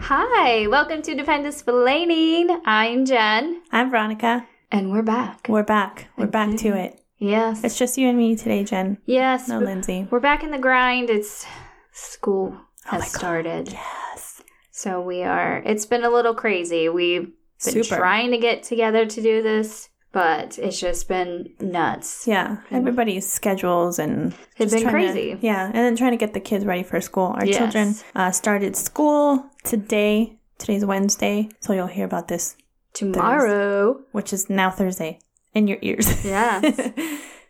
Hi, welcome to Defenders for Laning. I'm Jen, I'm Veronica. and we're back. We're back. We're back to it. Yes. It's just you and me today, Jen. yes. No, Lindsay. We're back in the grind. It's school has Oh my God. started. Yes. So we are, it's been a little crazy. We've been Super. trying to get together to do this, but it's just been nuts. Yeah. Everybody's schedules and It's just been trying to- crazy. yeah, and then trying to get the kids ready for school. Our Yes. children uh, started school today. Today's Wednesday, so you'll hear about this, Tomorrow. which is now Thursday, in your ears. Yes.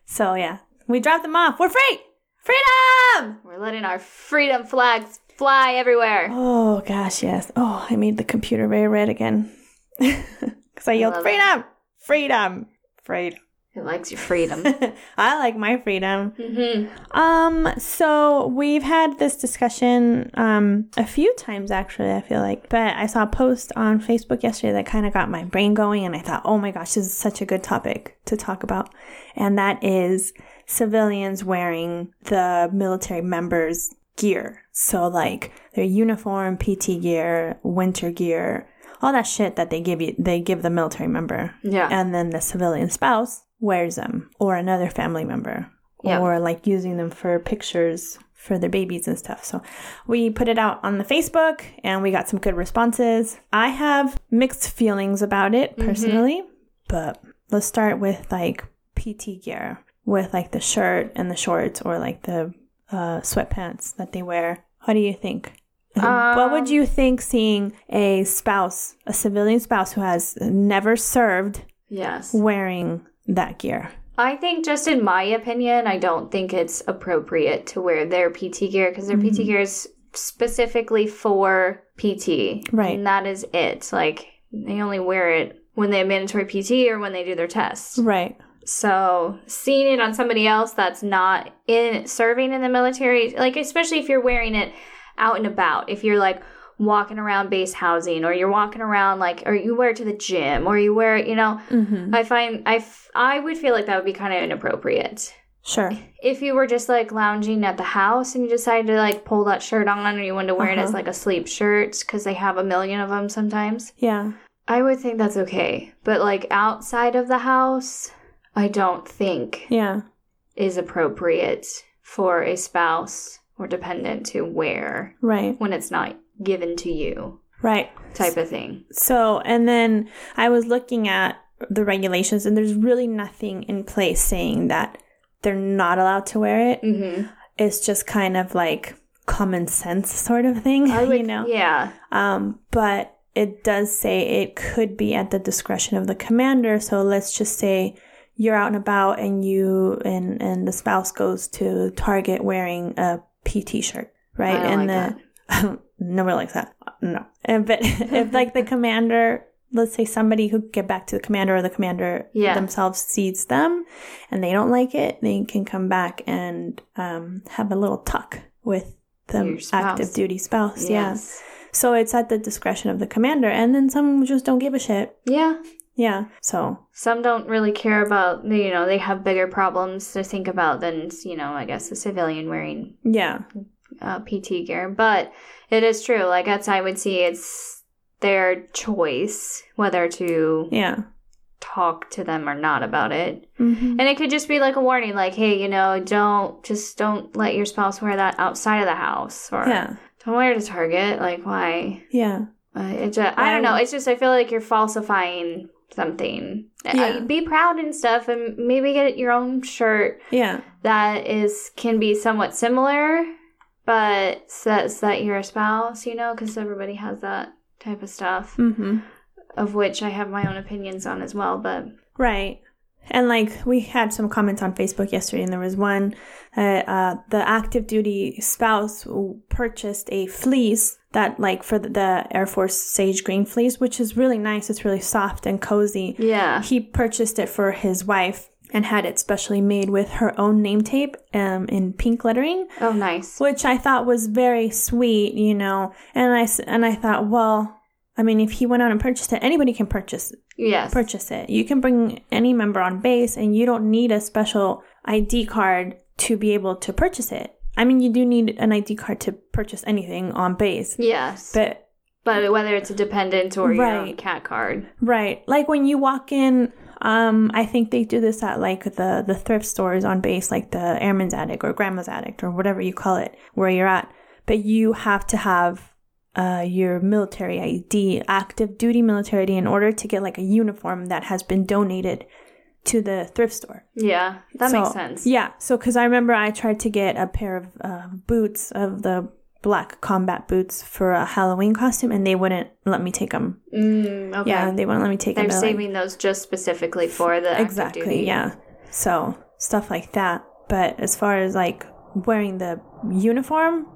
so yeah, we dropped them off. We're free. Freedom. We're letting our freedom flags fly everywhere. Oh gosh, yes. Oh, I made the computer very red again because I yelled love it. freedom, freedom, freedom. It likes your freedom. I like my freedom. hmm Um, so we've had this discussion um a few times actually, I feel like. But I saw a post on Facebook yesterday that kind of got my brain going and I thought, "Oh my gosh, this is such a good topic to talk about." And that is civilians wearing the military members gear. So like their uniform, PT gear, winter gear, all that shit that they give you they give the military member Yeah. and then the civilian spouse wears them or another family member Yeah. or like using them for pictures for their babies and stuff. So we put it out on the Facebook and we got some good responses. I have mixed feelings about it personally, but let's start with like PT gear with like the shirt and the shorts or like the uh, sweatpants that they wear. What do you think? what would you think seeing a spouse, a civilian spouse who has never served, Yes. wearing that gear? I think, just in my opinion, I don't think it's appropriate to wear their PT gear because their PT gear is specifically for PT. Right. And that is it. Like, they only wear it when they have mandatory PT or when they do their tests. Right. So, seeing it on somebody else that's not in serving in the military, like, especially if you're wearing it out and about, if you're like, walking around base housing or you're walking around like or you wear it to the gym or you wear it you know Mm-hmm. I find I, f- I would feel like that would be kind of inappropriate. Sure. If you were just like lounging at the house and you decided to like pull that shirt on or you wanted to wear it as Uh-huh. like a sleep shirt because they have a million of them sometimes, Yeah. I would think that's okay. But like outside of the house, I don't think Yeah. is appropriate for a spouse or dependent to wear Right. when it's not given to you Right. type of thing. So, and then I was looking at the regulations, and there's really nothing in place saying that they're not allowed to wear it. Mm-hmm. It's just kind of like common sense sort of thing, you know? Yeah. Um, but it does say it could be at the discretion of the commander. So let's just say you're out and about, and you and and the spouse goes to Target wearing a PT shirt, right? I don't and like the nobody likes that. No. And, but if like the commander, let's say somebody who get back to the commander or the commander Yeah. themselves sees them and they don't like it, they can come back and um, have a little talk with Your the spouse. active duty spouse. Yeah. Yes. So it's at the discretion of the commander. And then some just don't give a shit. Yeah. Yeah. So, some don't really care about you know they have bigger problems to think about than you know i guess a civilian wearing yeah. uh, pt gear but it is true like that's i would see it's their choice whether to Yeah. talk to them or not about it Mm-hmm. and it could just be like a warning like hey you know don't just don't let your spouse wear that outside of the house or Yeah. don't wear it to target like why Yeah. uh, it just, I Why don't know. would- It's just I feel like you're falsifying something. I, Yeah. be proud and stuff, and maybe get your own shirt Yeah. that is can be somewhat similar, but says that you're a spouse. You know, because everybody has that type of stuff, Mm-hmm. of which I have my own opinions on as well. But Right. And like we had some comments on Facebook yesterday, and there was one uh, uh, the active duty spouse w- purchased a fleece that, like, for the, the Air Force sage green fleece, which is really nice. It's really soft and cozy. yeah, He purchased it for his wife and had it specially made with her own name tape um, in pink lettering oh nice. which I thought was very sweet, you know. And I s- and I thought, well, I mean, if he went out and purchased it, anybody can purchase Yes, purchase it. You can bring any member on base, and you don't need a special ID card to be able to purchase it. I mean, you do need an ID card to purchase anything on base, yes, but But whether it's a dependent or your own Right. cat card. Right. Like when you walk in, um, I think they do this at like the, the thrift stores on base, like the airman's attic or grandma's attic or whatever you call it, where you're at. But you have to have uh, your military ID, active duty military ID, in order to get like a uniform that has been donated to the thrift store. Yeah, that So- makes sense. Yeah. So, because I remember I tried to get a pair of uh, boots of the black combat boots for a Halloween costume, and they wouldn't let me take them. Mm, okay. Yeah, they wouldn't let me take They're them. They're like- saving those just specifically for the active duty. exactly. Yeah. So stuff like that. But as far as like wearing the uniform,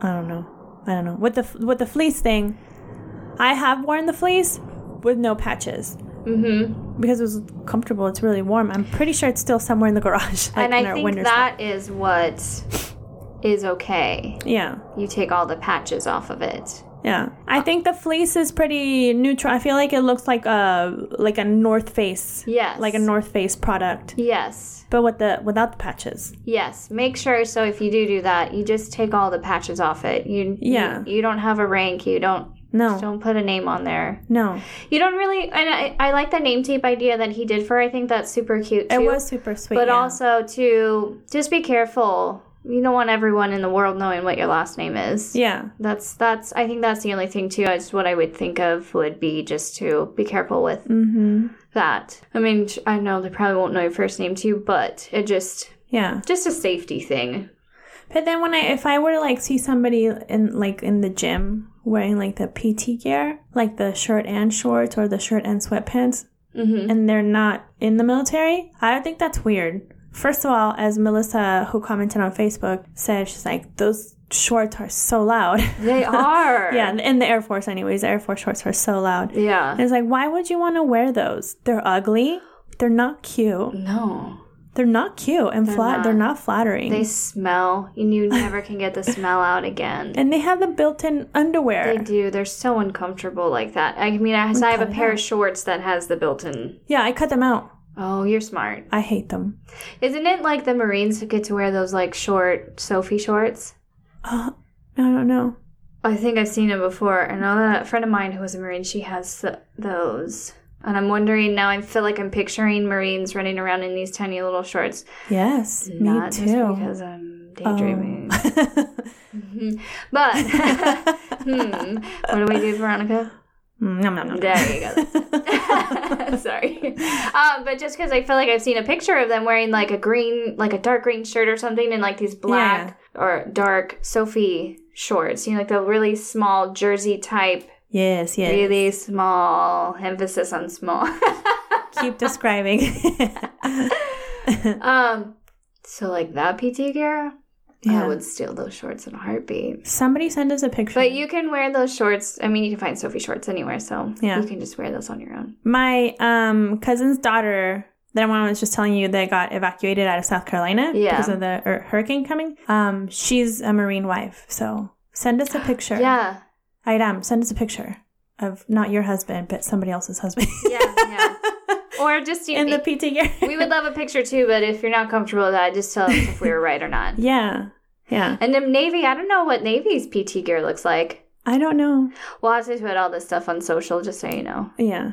I don't know. I don't know. With the f- with the fleece thing, I have worn the fleece with no patches. Mm-hmm. Because it was comfortable. It's really warm. I'm pretty sure it's still somewhere in the garage. Like and in I our think winter stuff. that is what is okay. Yeah. You take all the patches off of it. Yeah, I think the fleece is pretty neutral. I feel like it looks like a like a North Face, Yes. like a North Face product, Yes. but with the without the patches. Yes, make sure. So if you do do that, you just take all the patches off it. You Yeah. You, you don't have a rank. You don't No, don't put a name on there. no, You don't really. And I, I like the name tape idea that he did for. I think that's super cute too. it was super sweet. but yeah. also to just be careful. You don't want everyone in the world knowing what your last name is. yeah, That's that's. I think that's the only thing too. Is what I would think of would be just to be careful with mm-hmm. that. I mean, I know they probably won't know your first name too, but it just yeah. just a safety thing. But then when I if I were to like see somebody in like in the gym wearing like the PT gear, like the shirt and shorts or the shirt and sweatpants, Mm-hmm. and they're not in the military, I think that's weird. First of all, as Melissa, who commented on Facebook, said, she's like, those shorts are so loud. They are. yeah, in the Air Force, anyways, the Air Force shorts are so loud. And Yeah. it's like, why would you want to wear those? They're ugly. They're not cute. No. They're not cute and flat. not. They're not flattering. They smell, and you never can get the smell out again. and they have the built-in underwear. They do. They're so uncomfortable like that. I mean, I, so I have a pair of shorts that has the built-in. Yeah, I cut them out. Oh, you're smart. I hate them. Isn't it like the Marines who get to wear those like short Sophie shorts? Uh, I don't know. I think I've seen them before. I know that a friend of mine who was a Marine, she has th- those. And I'm wondering now. I feel like I'm picturing Marines running around in these tiny little shorts. Yes, Not me just too. because I'm daydreaming. Mm, But hmm, what do we do, Veronica? Mm, nom, nom, nom. There you go. Sorry, um, but just because I feel like I've seen a picture of them wearing like a green, like a dark green shirt or something, and like these black or dark Sophie shorts. You know, like the really small jersey type, Yes, yes. really small. Emphasis on small. Keep describing. um, so like that PT gear, Yeah. I would steal those shorts in a heartbeat. Somebody send us a picture. But you can wear those shorts. I mean, you can find Sophie shorts anywhere, so Yeah. you can just wear those on your own. My um cousin's daughter that I was just telling you that got evacuated out of South Carolina Yeah. because of the er, hurricane coming. Um, she's a Marine wife, so send us a picture. Yeah, Iram, send us a picture of not your husband, but somebody else's husband yeah, yeah. or just you, in the PT gear. we would love a picture too. But if you're not comfortable with that, just tell us if we were right or not. yeah, yeah. And then Navy, I don't know what Navy's PT gear looks like. I don't know. We'll have to put all this stuff on social, just so you know. Yeah,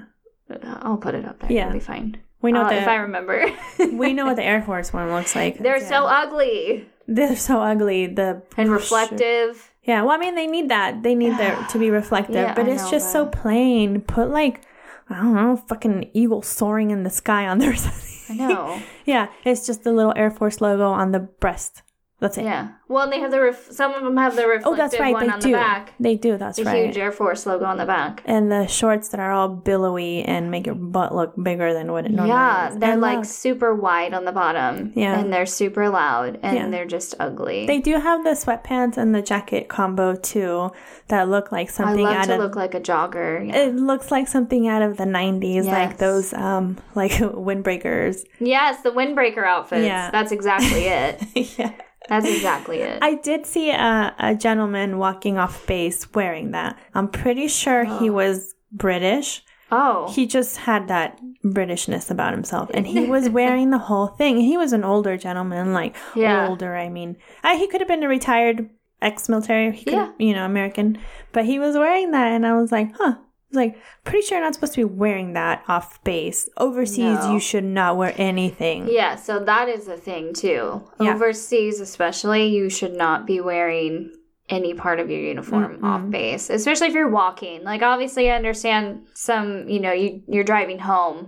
I'll put it up there. Yeah. it'll be fine. we know Uh, the if I remember. we know what the Air Force one looks like. They're so ugly They're so ugly. The and reflective. Yeah, well, I mean, they need that. They need their to be reflective, Yeah, but I it's know, just so plain. Put like, I don't know, fucking eagle soaring in the sky on there. or something. I know. yeah, it's just the little Air Force logo on the breast. That's it. yeah. Well, and they have the ref- some of them have the reflective oh, that's right. one They on do. the back. They do. That's The right. huge Air Force logo on the back. and the shorts that are all billowy and make your butt look bigger than what it normally Yeah, is. they're And uh, like loud. super wide on the bottom. Yeah. And they're super loud and Yeah. they're just ugly. They do have the sweatpants and the jacket combo too that look like I something love out to of look like a jogger. Yeah. It looks like something out of the 90s, like Yes. those um like windbreakers. yes, the windbreaker outfits. Yeah. That's exactly it. yeah. That's exactly it. I did see a, a gentleman walking off base wearing that. I'm pretty sure he was British. oh. He just had that Britishness about himself and he was wearing the whole thing. He was an older gentleman, like Yeah. older, I mean. Uh, he could have been a retired ex-military. He could, Yeah. you know, American. But he was wearing that, and I was like, huh. I was Like, pretty sure you're not supposed to be wearing that off base. Overseas, No. you should not wear anything. Yeah, so that is a thing too. Yeah. Overseas, especially, you should not be wearing any part of your uniform Mm-mm. off base, especially if you're walking. Like, obviously, I understand some, you know, you, you're driving home.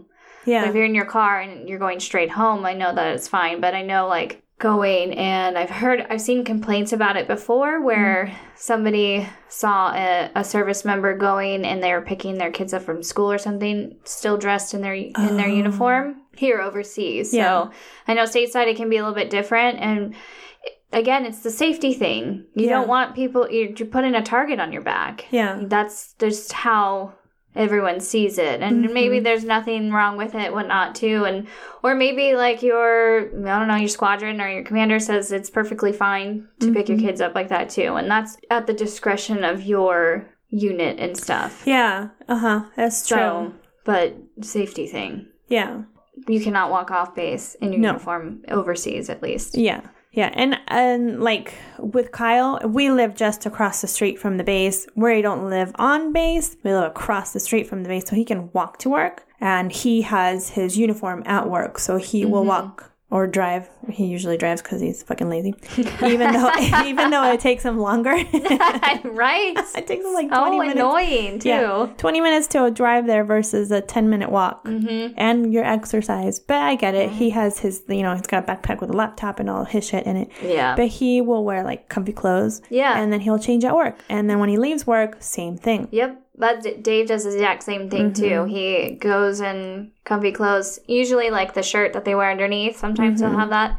But Yeah. if you're in your car and you're going straight home, I know that it's fine. But I know, like, going and I've heard, I've seen complaints about it before where Mm-hmm. somebody saw a, a service member going and they were picking their kids up from school or something, still dressed in their in their Oh. uniform here overseas. Yeah. So I know stateside it can be a little bit different and. Again, it's the safety thing. You Yeah. don't want people you're, you're putting a target on your back Yeah. that's just how everyone sees it and maybe Mm-hmm. there's nothing wrong with it whatnot too and or maybe like your i don't know your squadron or your commander says it's perfectly fine to pick Mm-hmm. your kids up like that too and that's at the discretion of your unit and stuff Yeah. Uh huh. That's true. so but safety thing yeah. you cannot walk off base in your No. uniform overseas at least Yeah. Yeah. And and like with Kyle, we live just across the street from the base. We don't live on base. We live across the street from the base so he can walk to work and he has his uniform at work. So he Mm-hmm. will walk or drive. He usually drives cuz he's fucking lazy. even though even though it takes him longer. it right takes him like 20 oh minutes. annoying too Yeah, 20 minutes to a drive there versus a 10 minute walk Mm-hmm. and your exercise. But I get it. He has his, you know, he's got a backpack with a laptop and all his shit in it. Yeah. But he will wear like comfy clothes. Yeah. And then he'll change at work. And then when he leaves work, same thing. Yep, but D- Dave does the exact same thing Mm-hmm. too. He goes in comfy clothes, usually like the shirt that they wear underneath. Sometimes Mm-hmm. he'll have that,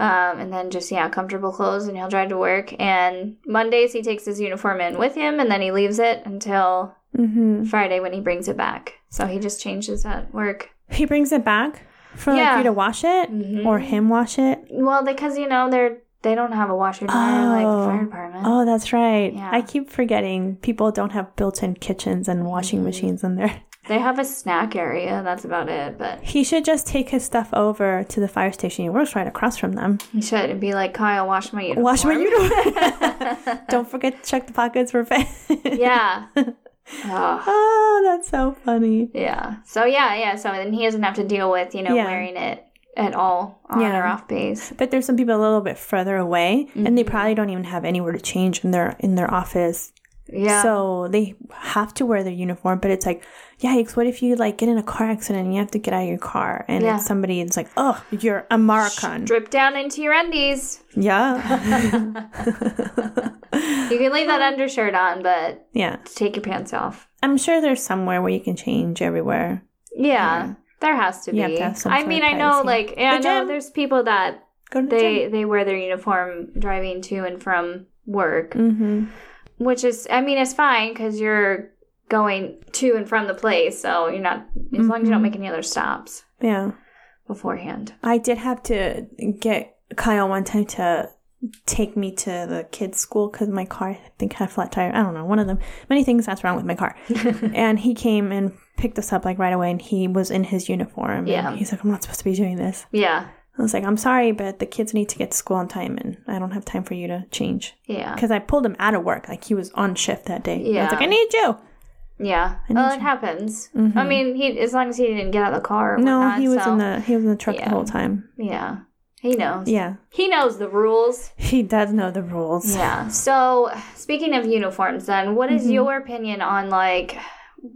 um, and then just yeah, comfortable clothes, and he'll drive to work. And Mondays he takes his uniform in with him, and then he leaves it until hmm Friday when he brings it back. So he just changes at work. He brings it back for like Yeah. Mm-hmm. you to wash it or him wash it. Well, because you know they're they don't have a washer and dryer like Oh. the fire department. Oh, that's right. Yeah. I keep forgetting people don't have built in kitchens and washing Mm-hmm. machines in there. They have a snack area. That's about it. But He should just take his stuff over to the fire station. He works right across from them. he should be like Kyle, wash my uniform. Wash my uniform. Don't forget to check the pockets for fan. Yeah. Ugh. oh, that's so funny. Yeah. So yeah, yeah. So then he doesn't have to deal with you know Yeah. wearing it at all on Yeah. or off base. But there's some people a little bit further away, and they Mm-hmm. probably don't even have anywhere to change in their in their office. Yeah. So they have to wear their uniform. But it's like, yikes! What if you like get in a car accident and you have to get out of your car, and Yeah. it's somebody and it's like, oh, you're American. Drip down into your undies. yeah, You can leave that undershirt on, but yeah. take your pants off. I'm sure there's somewhere where you can change everywhere. Yeah. There has to be. You have to have some I sort mean, of I know, privacy. like, and The I know gym. there's people that Go to the they they wear their uniform driving to and from work, Mm-hmm. which is, I mean, it's fine because you're going to and from the place, so you're not as long Mm-hmm. as you don't make any other stops Yeah. beforehand. I did have to get Kyle one time to take me to the kids' school because my car, I think, had a flat tire. I don't know, one of them. Many things that's wrong with my car. and he came and picked us up like right away, and he was in his uniform. and Yeah. he's like, I'm not supposed to be doing this. Yeah. I was like, I'm sorry, but the kids need to get to school on time, and I don't have time for you to change. Yeah. Because I pulled him out of work, like he was on shift that day. I was Uh. Yeah. like, I need you. Yeah. Well, it happens. I mean, he as long as he didn't get out of the car. Or Mm-hmm. No, whatnot, he was so- in the he was in the truck Yeah. the whole time. Yeah, he knows. Yeah, He knows the rules. he does know the rules. Yeah. So speaking of uniforms, then, what Mm-hmm. is your opinion on like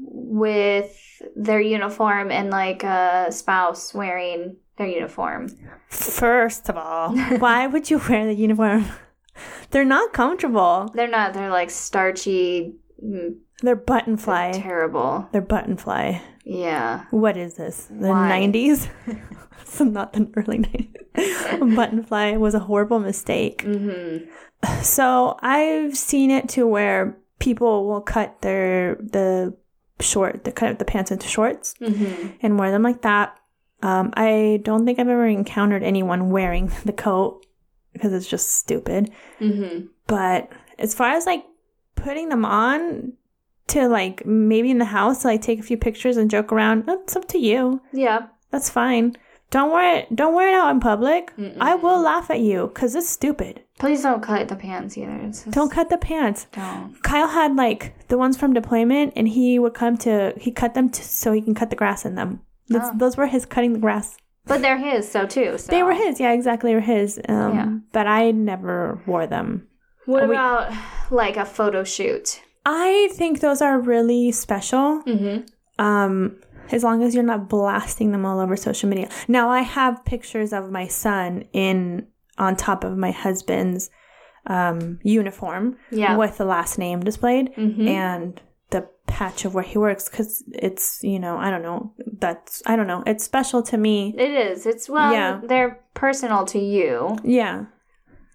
with their uniform and like a spouse wearing their uniform? First of all, why would you wear the uniform? They're not comfortable. They're not. They're like starchy, mm, They're button fly. terrible. They're button fly. Yeah. What is this? The Why? 90s? so not the early 90s. button fly was a horrible mistake. Mm-hmm. So I've seen it to where people will cut their the short, they cut the pants into shorts Mm-hmm. and wear them like that. Um, I don't think I've ever encountered anyone wearing the coat because it's just stupid. Mm-hmm. But as far as like putting them on to like maybe in the house, like take a few pictures and joke around, that's up to you. Yeah. That's fine. Don't wear it. Don't wear it out in public. Mm-mm. I will laugh at you because it's stupid. Please don't cut the pants either. It's just, Don't cut the pants. Don't. Kyle had like the ones from deployment, and he would come to he cut them to, so he can cut the grass in them. That's, Oh. Those were his cutting the grass. But they're his, so too. So. They were his, yeah, exactly, were his. Um, Oh. Yeah. But I never wore them. What Oh, wait. about like a photo shoot? I think those are really special. Mm-hmm. Um, as long as you're not blasting them all over social media. Now I have pictures of my son in on top of my husband's um, uniform Yeah. with the last name displayed. Mm-hmm. and the patch of where he works because it's you know i don't know that's i don't know it's special to me It is. It's well, Yeah. they're personal to you. yeah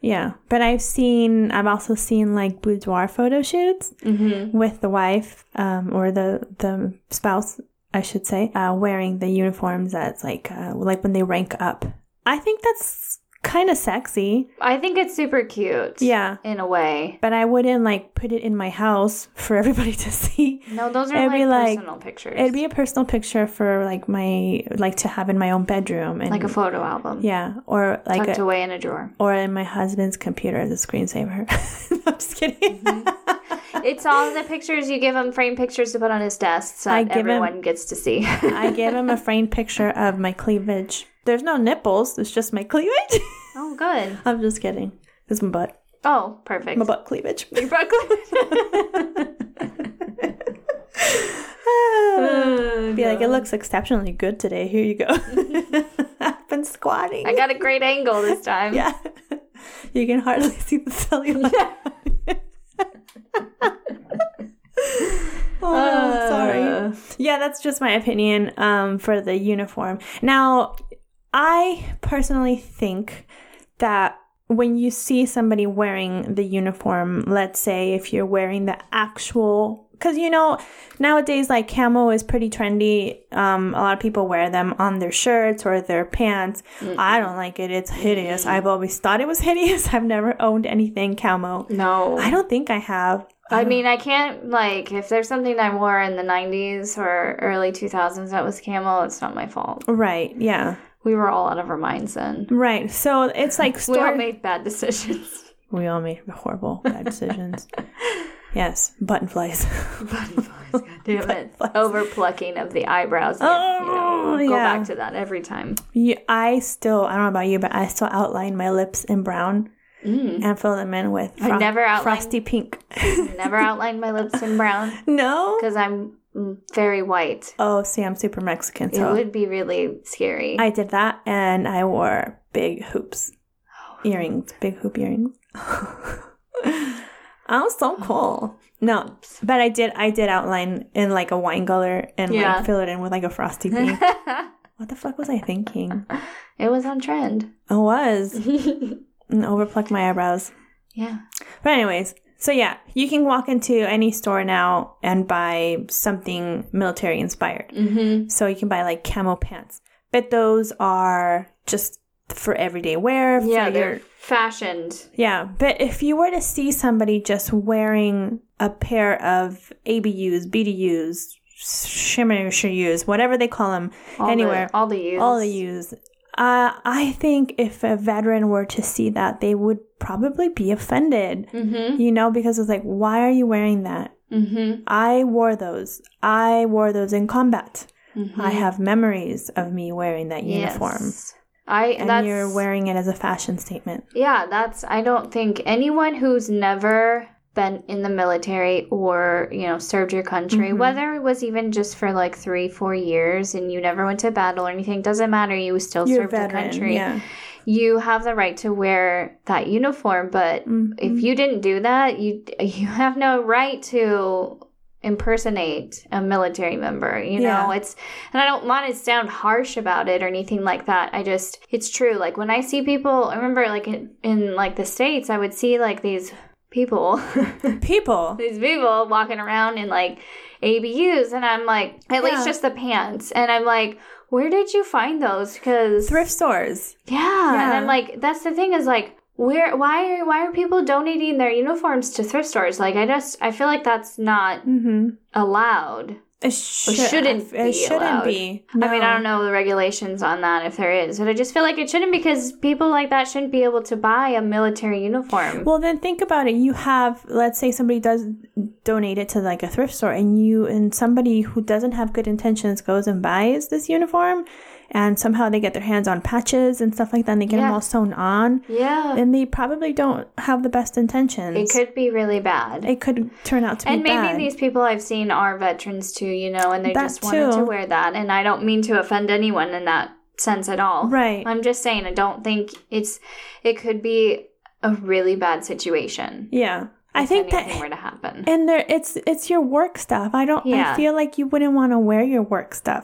yeah but i've seen i've also seen like boudoir photo shoots Mm-hmm. with the wife um, or the the spouse i should say uh, wearing the uniforms that's like uh, like when they rank up i think that's kind of sexy I think it's super cute. yeah In a way. but i wouldn't like put it in my house for everybody to see No, those are It'd like, be like- personal pictures. It'd be a personal picture for like my like to have in my own bedroom and like a photo album. yeah or like tucked a, away in a drawer. or in my husband's computer as a screensaver. I'm just kidding. It's all the pictures you give him framed pictures to put on his desk so I that give him- everyone gets to see. I gave him a framed picture of my cleavage. There's no nipples. It's just my cleavage. oh, good. I'm just kidding. It's my butt. Oh, perfect. My butt cleavage. Big Brooklyn. Be like, it looks exceptionally good today. Here you go. I've been squatting. I got a great angle this time. yeah. You can hardly see the cellulite. oh, sorry. Uh, Yeah, that's just my opinion um, for the uniform. Now, I personally think that when you see somebody wearing the uniform, let's say if you're wearing the actual, because you know, nowadays like camo is pretty trendy. Um, a lot of people wear them on their shirts or their pants. I don't like it. It's hideous. I've always thought it was hideous. I've never owned anything camo. No. I don't think I have. I mean, I can't like if there's something I wore in the '90s or early 2000s that was camel. It's not my fault. Right. Yeah. We were all out of our minds then. Right. So it's like We all store. made bad decisions. We all made horrible bad decisions. yes, button flies. Butterflies, God damn it! Over plucking of the eyebrows. You- Oh, you know, go yeah. back to that every time. You, I still, I don't know about you, but I still outline my lips in brown and fill them in with I Mm. never outline- frosty pink. Never outlined my lips in brown no. because I'm mm, very white. Oh, see, I'm super Mexican, It so would be really scary. I did that, and I wore big hoops, earrings, big hoop earrings. I was so cool. No, but I did. I did outline in like a wine color and Yeah. like fill it in with like a frosty pink. what the fuck was I thinking? it was on trend. I was. and overplucked my eyebrows. Yeah. But anyways, so yeah, you can walk into any store now and buy something military inspired. Mm-hmm. So you can buy like camo pants. But those are just for everyday wear. for Yeah, your- they're fashioned. yeah. But if you were to see somebody just wearing a pair of ABUs, BDUs, shimmer shoes, whatever they call them, All anywhere, the, all the use. all the use. Uh, I think if a veteran were to see that, they would probably be offended. Mm-hmm. You know, because it's like, why are you wearing that? Mm-hmm. I wore those. I wore those in combat. Mhm. I have memories of me wearing that uniform. Yes. I And that's you're wearing it as a fashion statement. yeah. That's I don't think anyone who's never been in the military or you know served your country, Mhm. whether it was even just for like three, four years, and you never went to battle or anything, doesn't matter. You still You're a served veteran. your country. Yeah. You have the right to wear that uniform, but Mm-hmm. if you didn't do that you you have no right to impersonate a military member you know Yeah. it's and i don't want to sound harsh about it or anything like that i just it's true like when i see people i remember like in, in like the states i would see like these people People. these people walking around in like abus and i'm like at Yeah. least just the pants and i'm like where did you find those because Thrift stores. yeah. And Yeah. I'm like, that's the thing is like, where, why are, why are people donating their uniforms to thrift stores? Like, I just, I feel like that's not Mm-hmm. allowed. It sh- shouldn't It be shouldn't allowed. be. I mean, I No. don't know the regulations on that if there is, but I just feel like it shouldn't because people like that shouldn't be able to buy a military uniform. Well, then think about it. You have, let's say, somebody does donate it to like a thrift store, and you and somebody who doesn't have good intentions goes and buys this uniform, and somehow they get their hands on patches and stuff like that, and they get them Yeah. all sewn on, yeah, and they probably don't have the best intentions. it could be really bad. It could turn out to and be maybe bad. these people I've seen are veterans too, you know, and they That just wanted too. to wear that. And I don't mean to offend anyone in that sense at all. Right. I'm just saying I don't think it's. It could be a really bad situation. yeah, I if think that anything were to happen. and there it's it's your work stuff i don't i Yeah. feel like you wouldn't want to wear your work stuff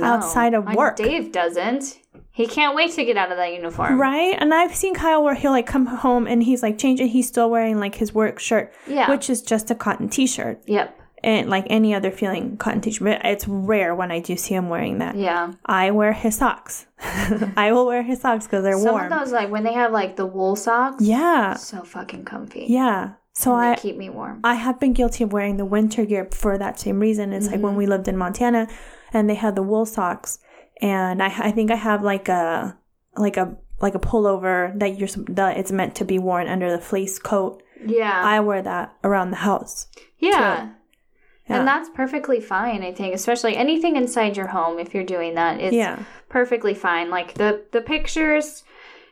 outside of and work. Dave doesn't. He can't wait to get out of that uniform. right and i've seen kyle where he'll like come home and he's like changing he's still wearing like his work shirt Yeah. which is just a cotton t-shirt Yep. and like any other feeling cotton t-shirt but it's rare when i do see him wearing that Yeah. i wear his socks i will wear his socks because they're Some warm of those, like when they have like the wool socks, yeah so fucking comfy. yeah so They i keep me warm. I have been guilty of wearing the winter gear for that same reason. It's like when Mm-hmm. we lived in Montana and they had the wool socks and I, I think I have like a like a like a pullover that you're sup- that it's meant to be worn under the fleece coat. yeah. I wear that around the house. yeah. Yeah. And that's perfectly fine, I think. Especially anything inside your home, if you're doing that, it's yeah. perfectly fine. Like the the pictures,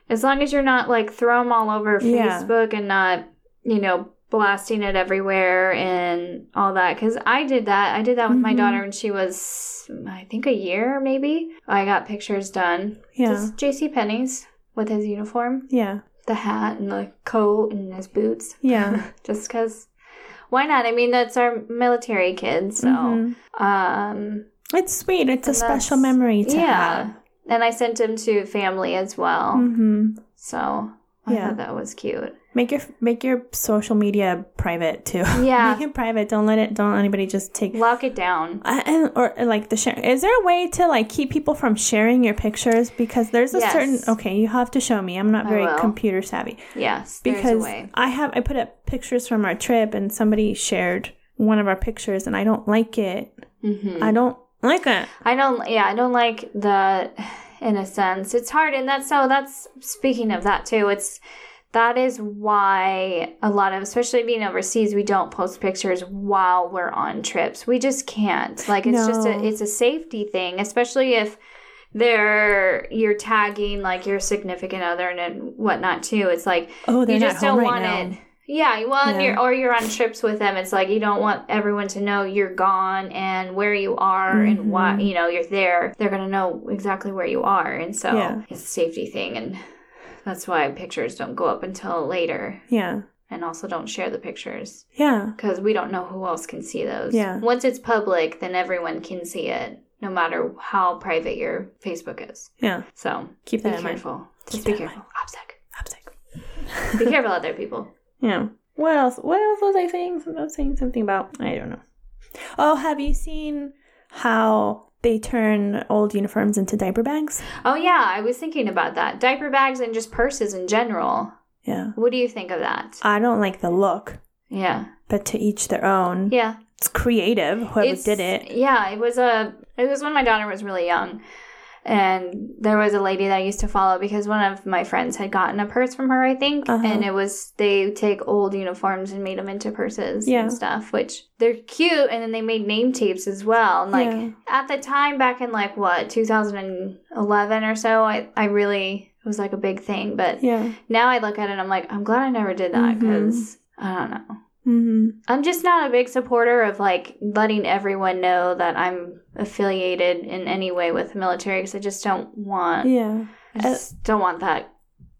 as long as you're not like throw them all over Yeah. Facebook and not you know blasting it everywhere and all that. Because I did that. I did that with my Mhm. daughter when she was I think a year maybe. I got pictures done. Yeah. Just J.C. Penney's with his uniform, Yeah. the hat and the coat and his boots. Yeah. Just because. Why not? I mean, that's our military kids, so Mhm. um, It's sweet. It's a And special that's- memory to have. and I sent him to family as well. hmm So I Yeah. thought that was cute. Make your make your social media private too. Yeah. make it private. Don't let it. Don't let anybody just take Lock it down. I- and or like the share is there a way to like keep people from sharing your pictures because there's a Yes. certain okay you have to show me i'm not I very will. computer savvy Yes, there's a because way. i have i put up pictures from our trip and somebody shared one of our pictures and i don't like it hmm i don't like it I don't. Yeah, I don't like the. In a sense, it's hard, and that's so. That's speaking of that too. It's that is why a lot of, especially being overseas, we don't post pictures while we're on trips. We just can't. Like it's just No. a it's a safety thing, especially if they're you're tagging like your significant other and- and whatnot too. It's like oh they're you not just don't home right want now. it. Yeah, well, and Yeah. you're or you're on trips with them. It's like you don't want everyone to know you're gone and where you are and Mm-hmm. why you know you're there. They're gonna know exactly where you are, and so Yeah. it's a safety thing, and that's why pictures don't go up until later, yeah and also don't share the pictures yeah because we don't know who else can see those. Yeah. Once it's public, then everyone can see it, no matter how private your Facebook is. yeah So keep be that in mind careful. Just Keep be that in careful. Obsec. Obstacle. Be careful out there, people. yeah what else what else was i saying i was saying something about i don't know oh have you seen how they turn old uniforms into diaper bags Oh yeah, I was thinking about that. Diaper bags and just purses in general. yeah What do you think of that? I don't like the look, Yeah. but to each their own. Yeah. It's creative, whoever It's- did it. Yeah, it was a it was when my daughter was really young. And there was a lady that I used to follow because one of my friends had gotten a purse from her, I think, Uh-huh. and it was they take old uniforms and made them into purses Yeah. and stuff, which they're cute. And then they made name tapes as well. And like Yeah. at the time, back in like what 2011 or so, I I really it was like a big thing. But Yeah. now I look at it, and I'm like, I'm glad I never did that Mhm. because I don't know. hmm I'm just not a big supporter of like letting everyone know that I'm affiliated in any way with the military because I just don't want Yeah. I just don't want that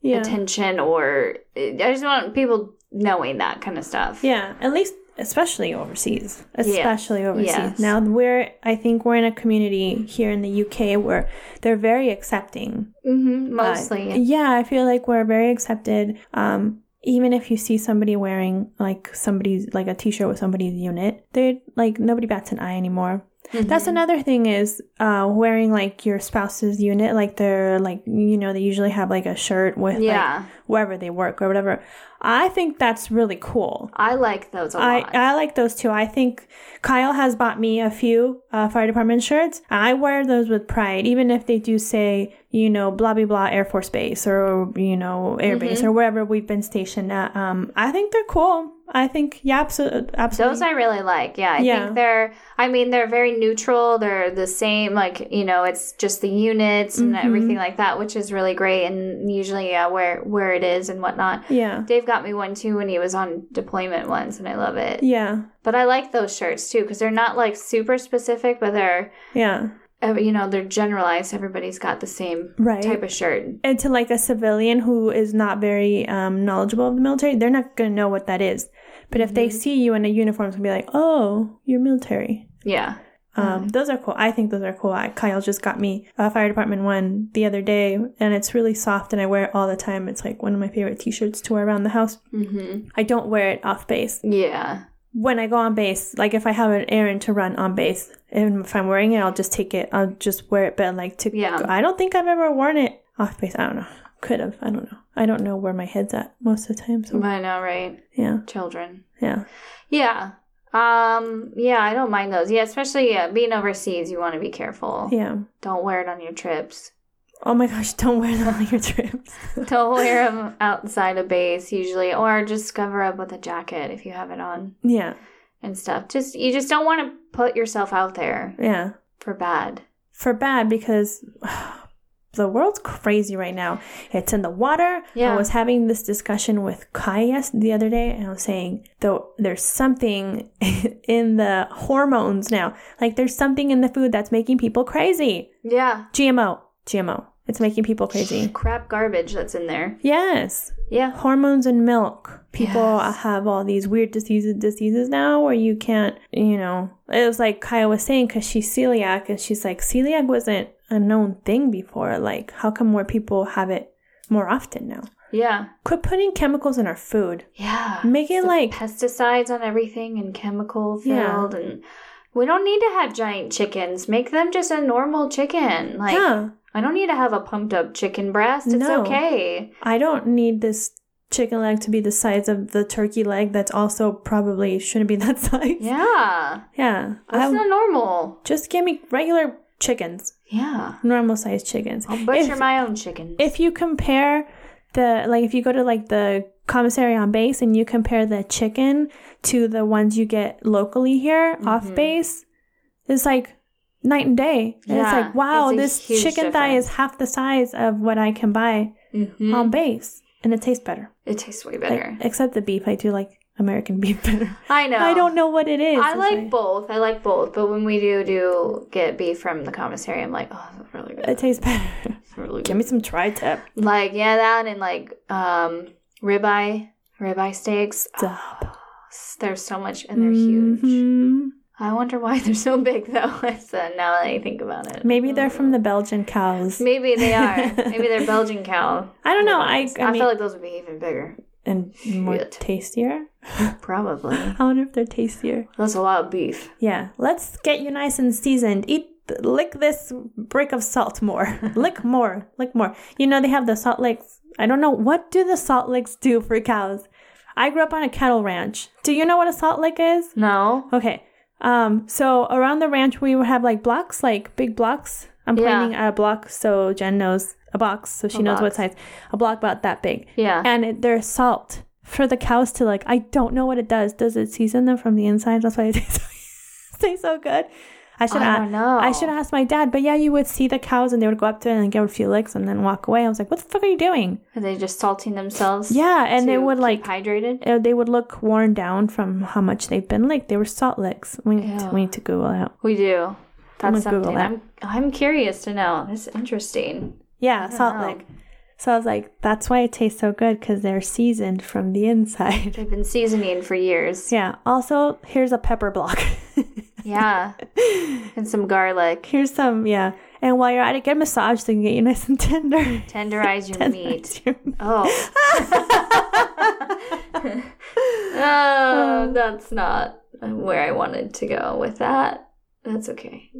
Yeah. attention or I just want people knowing that kind of stuff. Yeah. At least, especially overseas. Yeah. Especially overseas. Yes. Now, we're, I think we're in a community here in the UK where they're very accepting. hmm Uh, mostly. yeah. I feel like we're very accepted. Um, even if you see somebody wearing like somebody's like a t-shirt with somebody's unit, they like nobody bats an eye anymore. Mhm. That's another thing is uh, wearing like your spouse's unit, like they're like you know they usually have like a shirt with like, yeah. wherever they work or whatever. I think that's really cool. I like those a I, lot. I like those too. I think Kyle has bought me a few uh, fire department shirts. I wear those with pride, even if they do say, you know, blah, blah, blah, Air Force Base or, you know, Air Base or wherever we've been stationed at. Um, I think they're cool. I think, yeah, absolutely. absolutely. Those I really like. Yeah, I Yeah. think they're. I mean, they're very neutral. They're the same. Like you know, it's just the units and Mm-hmm. everything like that, which is really great. And usually, yeah, where where it is and whatnot. yeah. Dave got me one too when he was on deployment once, and I love it. Yeah. But I like those shirts too because they're not like super specific, but they're Yeah. uh, you know they're generalized. Everybody's got the same Right. type of shirt. and to like a civilian who is not very um, knowledgeable of the military, they're not gonna know what that is. But if they see you in a uniform, it's gonna be like, "Oh, you're military." Yeah. Um, Those are cool. I think those are cool. I, Kyle just got me a fire department one the other day, and it's really soft, and I wear it all the time. It's like one of my favorite T-shirts to wear around the house. Mm-hmm. I don't wear it off base. Yeah. When I go on base, like if I have an errand to run on base, and if I'm wearing it, I'll just take it. I'll just wear it. But like to, Yeah. I don't think I've ever worn it off base. I don't know. Could have. I don't know. I don't know where my head's at most of the time. So I know, right? yeah, Children. yeah, Yeah. Um, yeah, I don't mind those. Yeah, especially yeah, being overseas, you want to be careful. yeah. Don't wear it on your trips. Oh my gosh! Don't wear that on your trips. Don't wear them outside of base usually, or just cover up with a jacket if you have it on yeah, and stuff. Just you just don't want to put yourself out there yeah. for bad. For bad because. The world's crazy right now. It's in the water. Yeah. I was having this discussion with Kai yes- the other day, and I was saying, though, there's something in the hormones now. Like, there's something in the food that's making people crazy. Yeah, GMO, GMO. It's making people crazy. crap garbage that's in there. Yes, Yeah, hormones and milk. People Yes. have all these weird diseases diseases now where you can't, you know. It was like Kaya was saying because she's celiac and she's like celiac wasn't a known thing before. Like, how come more people have it more often now? yeah, Quit putting chemicals in our food. yeah. Make it The like pesticides on everything and chemical Yeah. filled, and we don't need to have giant chickens. Make them just a normal chicken. Like yeah. I don't need to have a pumped up chicken breast. It's No. okay. I don't need this chicken leg to be the size of the turkey leg. That's also probably shouldn't be that size. Yeah. Yeah. That's I- not normal. Just give me regular chickens, Yeah. normal sized chickens. I'll butcher if, my own chicken. if you compare the like if you go to like the commissary on base and you compare the chicken to the ones you get locally here Mm-hmm. off base, it's like night and day. And it's Yeah, like, wow, it's a this huge chicken thigh difference. is half the size of what I can buy Mhm. on base. And it tastes better. it tastes way Like, better. except the beef. I do like American beef better. I know. I don't know what it is. I It's like both. I like both. But when we do do get beef from the commissary, I'm like, oh, that's really good. it tastes better. That's really Give good. me some tri-tip. Like yeah, that and like um ribeye, ribeye steaks. Stop. There's so much and they're huge. Mhm. I wonder why they're so big though. It's, uh, now that I think about it, Maybe they're from the Belgian cows. Maybe they are. Maybe they're Belgian cow. I don't know. I, I, I mean, feel like those would be even bigger. and more Shit. tastier. Probably. I wonder if they're tastier. That's a lot of beef. Yeah, let's get you nice and seasoned. Eat, lick this brick of salt more. lick more, lick more. You know they have the salt licks. I don't know what do the salt licks do for cows. I grew up on a cattle ranch. Do you know what a salt lick is? No. Okay. Um, so around the ranch, we would have like blocks, like big blocks. I'm Yeah. pointing at a block, so Jen knows a box, so she A knows box. what size. A block about that big. Yeah. And it, there's salt for the cows to like. I don't know what it does. Does it season them from the inside? That's why it tastes, tastes so good. I should I a- don't know. I should ask my dad. But yeah, you would see the cows, and they would go up to it and give it a few licks, and then walk away. I was like, "What the fuck are you doing?" Are they just salting themselves? Yeah, and they to would keep like hydrated. uh, they would look worn down from how much they've been licked. They were salt licks. We need, to, Ew. we need to Google that. We do. gonna That's Google something. that. I'm I'm curious to know. That's interesting. Yeah, salt know. lick. So I was like, that's why it tastes so good because they're seasoned from the inside. They've been seasoning for years. yeah. Also, here's a pepper block. Yeah. and some garlic. here's some. Yeah. And while you're at it, get a massage so you can get you nice and tender. Tenderize your meat. Your Oh. Um, oh, that's not where I wanted to go with that. That's okay.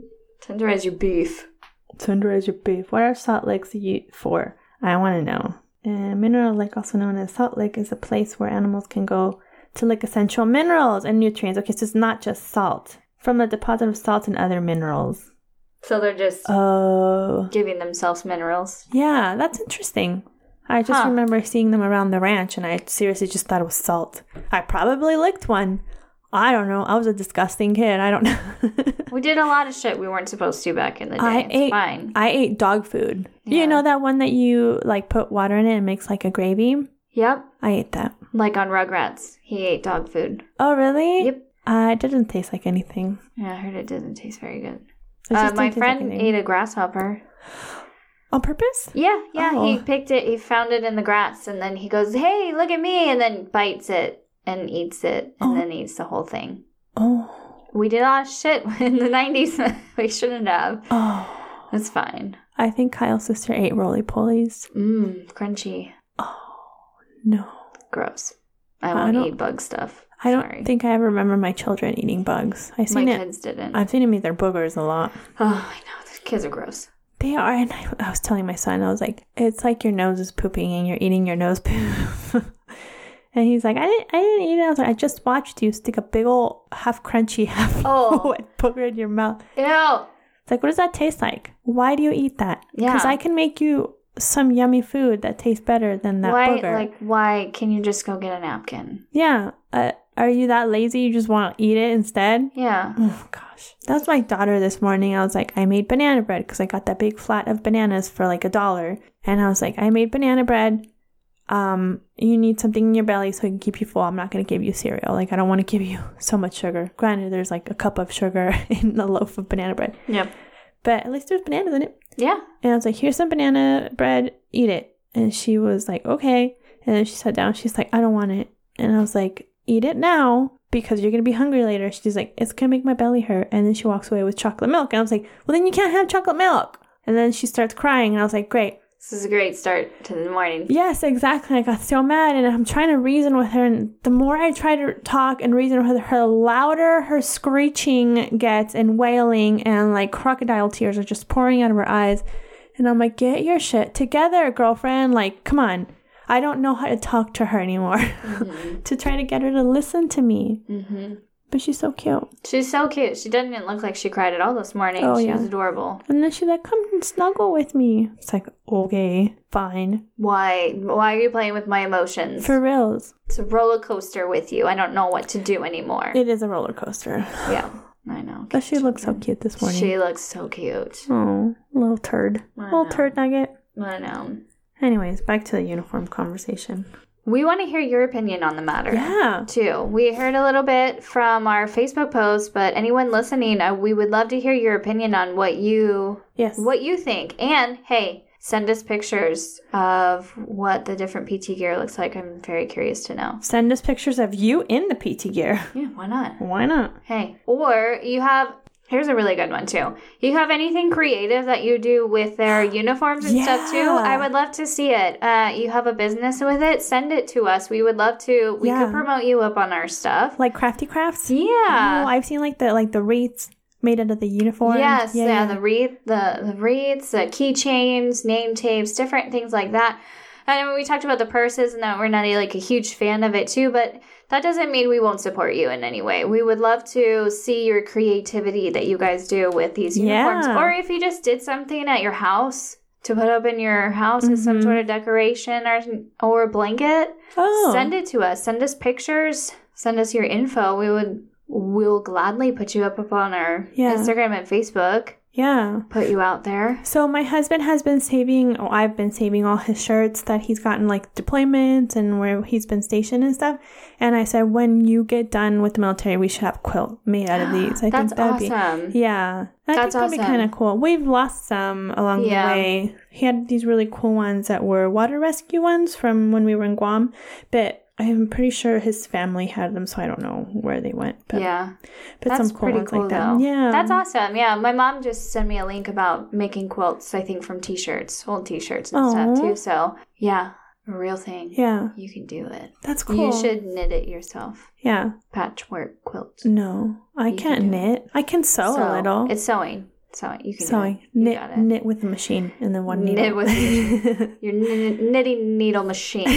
Tenderize your beef. tenderize your beef. What are salt licks you for? I want to know. Uh, mineral lake, also known as salt lake, is a place where animals can go to look essential minerals and nutrients. Okay, so it's not just salt. From the deposit of salt and other minerals. So they're just Oh. giving themselves minerals. Yeah, that's interesting. I just Huh. remember seeing them around the ranch and I seriously just thought it was salt. I probably licked one. I don't know. I was a disgusting kid. I don't know. We did a lot of shit we weren't supposed to back in the day. I it's ate fine. I ate dog food. Yeah. You know that one that you like put water in it and makes like a gravy? Yep. I ate that. Like on Rugrats, he ate dog food. Oh, really? Yep. Uh, it didn't taste like anything. Yeah, I heard it doesn't taste very good. It Uh, just my didn't taste like friend anything. ate a grasshopper. on purpose? Yeah, yeah. He Oh. picked it. He found it in the grass, and then he goes, "Hey, look at me!" and then bites it and eats it, and Oh. then eats the whole thing. Oh. We did a lot of shit in the nineties. we shouldn't have. Oh. That's fine. I think Kyle's sister ate roly polies. Mmm, crunchy. No. Gross. I I won't don't- eat bug stuff. I don't Sorry. think I ever remember my children eating bugs. I my seen it. kids didn't. I've seen them eat their boogers a lot. oh, I know. These kids are gross. They are, and I, I was telling my son, I was like, it's like your nose is pooping and you're eating your nose poop. and he's like, I didn't, I didn't eat it. I was like, I just watched you stick a big old half crunchy, half Oh. wet booger in your mouth. Ew. I It's like, what does that taste like? Why do you eat that? Because Yeah. I can make you some yummy food that tastes better than that why? booger. Like, why can you just go get a napkin? yeah. Uh, are you that lazy? You just want to eat it instead? Yeah. Oh gosh. That's my daughter this morning. I was like, I made banana bread because I got that big flat of bananas for like a dollar. And I was like, I made banana bread. Um, you need something in your belly so it can keep you full. I'm not gonna give you cereal. Like I don't wanna give you so much sugar. Granted, there's like a cup of sugar in a loaf of banana bread. Yep. But at least there's bananas in it. Yeah. And I was like, Here's some banana bread, eat it. And she was like, Okay. And then she sat down, she's like, I don't want it. And I was like, Eat it now because you're gonna be hungry later. She's like, It's gonna make my belly hurt. And then she walks away with chocolate milk. And I was like, Well then you can't have chocolate milk. And then she starts crying and I was like, Great. This is a great start to the morning. Yes, exactly. I got so mad and I'm trying to reason with her and the more I try to talk and reason with her, the louder her screeching gets and wailing and like crocodile tears are just pouring out of her eyes. And I'm like, get your shit together, girlfriend. Like, come on. I don't know how to talk to her anymore to try to get her to listen to me. hmm But she's so cute. She's so cute. She doesn't look like she cried at all this morning. Oh, she yeah. was adorable. And then she's like, come and snuggle with me. It's like, okay, fine. Why? Why are you playing with my emotions? For reals. it's a roller coaster with you. I don't know what to do anymore. It is a roller coaster. yeah, I know. But she looks so cute this morning. She looks so cute. Oh, little turd. I Little know. turd nugget. I know. Anyways, back to the uniform conversation. We want to hear your opinion on the matter. Yeah. Too. We heard a little bit from our Facebook post, but anyone listening, uh, we would love to hear your opinion on what you Yes. what you think. And hey, send us pictures of what the different PT gear looks like. I'm very curious to know. Send us pictures of you in the PT gear. Yeah, why not? Why not? Hey, or you have here's a really good one too. You have anything creative that you do with their uniforms and stuff too? Yeah. I would love to see it. Uh, you have a business with it? Send it to us. We would love to. We Yeah. could promote you up on our stuff. Like crafty crafts? Oh, Yeah. I've seen like the like the wreaths made out of the uniform. Yes, yeah, the wreath, the, the wreaths, the keychains, name tapes, different things like that. And we talked about the purses and that we're not like a huge fan of it too, but that doesn't mean we won't support you in any way. We would love to see your creativity that you guys do with these uniforms. Yeah. Or if you just did something at your house to put up in your house as some Mhm. sort of decoration or or a blanket, Oh. send it to us. Send us pictures. Send us your info. We would we'll gladly put you up upon our Yeah. Instagram and Facebook. Yeah. Put you out there. So my husband has been saving, oh, I've been saving all his shirts that he's gotten like deployments and where he's been stationed and stuff. And I said, when you get done with the military, we should have a quilt made out of these. I That's think that'd be awesome. Yeah, I That's think that'd be awesome. kind of cool. We've lost some along Yeah. the way. He had these really cool ones that were water rescue ones from when we were in Guam, but I'm pretty sure his family had them, so I don't know where they went. But, yeah, but that's some cool pretty ones cool like that. though. Yeah, that's awesome. Yeah, my mom just sent me a link about making quilts. I think from T-shirts, old T-shirts and stuff Aw. too. So yeah, a real thing. Yeah, you can do it. that's cool. You should knit it yourself. Yeah, Patchwork quilt. no, I You can can't do it. knit. I can sew a Sew. little. It's sewing. Sewing. You can do it. Sewing. You Knit got it. knit with a machine and then one needle. Knit with a Your kn- knitting needle machine.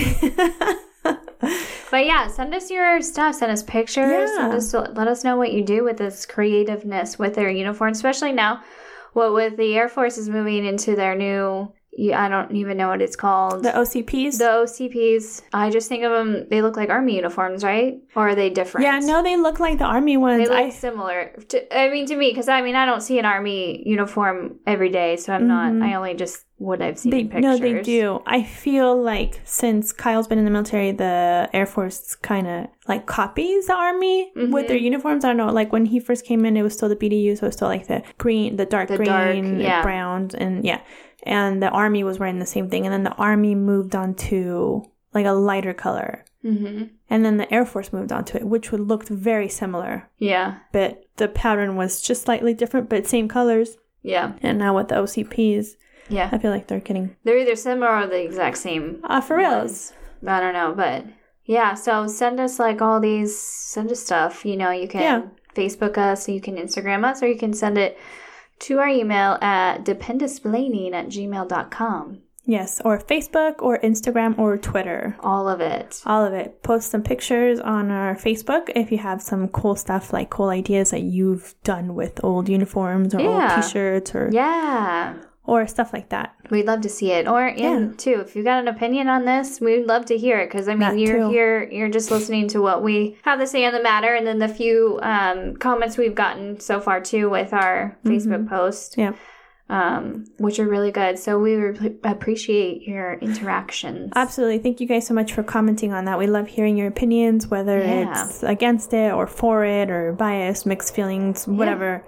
but yeah, send us your stuff. Send us pictures. Send Yeah. us, let us know what you do with this creativeness with their uniform, especially now. What with the Air Force is moving into their new, you- I don't even know what it's called. the OCPs. The OCPs, I just think of them, they look like army uniforms, right? Or are they different? yeah, no, they look like the army ones. They look I similar. To, I mean, to me, because I mean, I don't see an army uniform every day, so I'm Mhm. not, I only just what I've seen they in pictures. no, they do. I feel like since Kyle's been in the military, the Air Force kind of like copies the army with Mm-hmm. their uniforms. I don't know. Like when he first came in, it was still the BDU, so it was still like the green, the dark The green, dark, and yeah. brown, and yeah. And the army was wearing the same thing, and then the army moved on to like a lighter color, hmm and then the Air Force moved on to it, which would looked very similar. Yeah. but the pattern was just slightly different, but same colors. Yeah. And now with the OCPs, Yeah. I feel like they're getting They're either similar or the exact same. uh, for reals. I don't know, but yeah, so send us like all these, send us stuff. You know, you can Yeah. Facebook us, you can Instagram us, or you can send it to our email at dependisplaining at gmail.com. Yes, or Facebook, or Instagram, or Twitter. All of it. All of it. Post some pictures on our Facebook if you have some cool stuff, like cool ideas that you've done with old uniforms or Yeah. old T-shirts or Yeah. or stuff like that. We'd love to see it. Or and too, if you got an opinion on this, we'd love to hear it because I mean, That you're too. here, you're just listening to what we have to say on the matter, and then the few um, comments we've gotten so far too with our Facebook post, Mm-hmm. Yeah. um, which are really good. So we re- appreciate your interactions. Absolutely. Thank you guys so much for commenting on that. We love hearing your opinions, whether Yeah. it's against it or for it or biased, mixed feelings, whatever.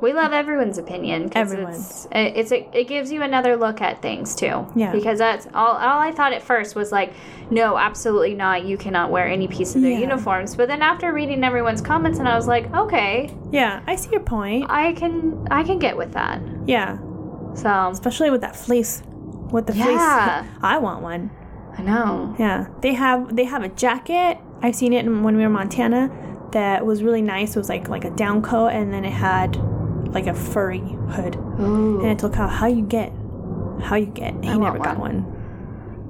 We love everyone's opinion. 'cause Everyone's. It's, it's it, gives you another look at things too. Yeah. Because that's all. All I thought at first was like, no, absolutely not. You cannot wear any piece of their Yeah. uniforms. But then after reading everyone's comments, and I was like, okay, Yeah, I see your point. I can I can get with that. Yeah, So especially with that fleece. With the Yeah. fleece, I want one. I know. Yeah, they have they have a jacket. I've seen it in, when we were in Montana. That was really nice. It was like like a down coat, and then it had like a furry hood. And I Ooh, told Kyle, "How you get? How you get?" He I want never got one.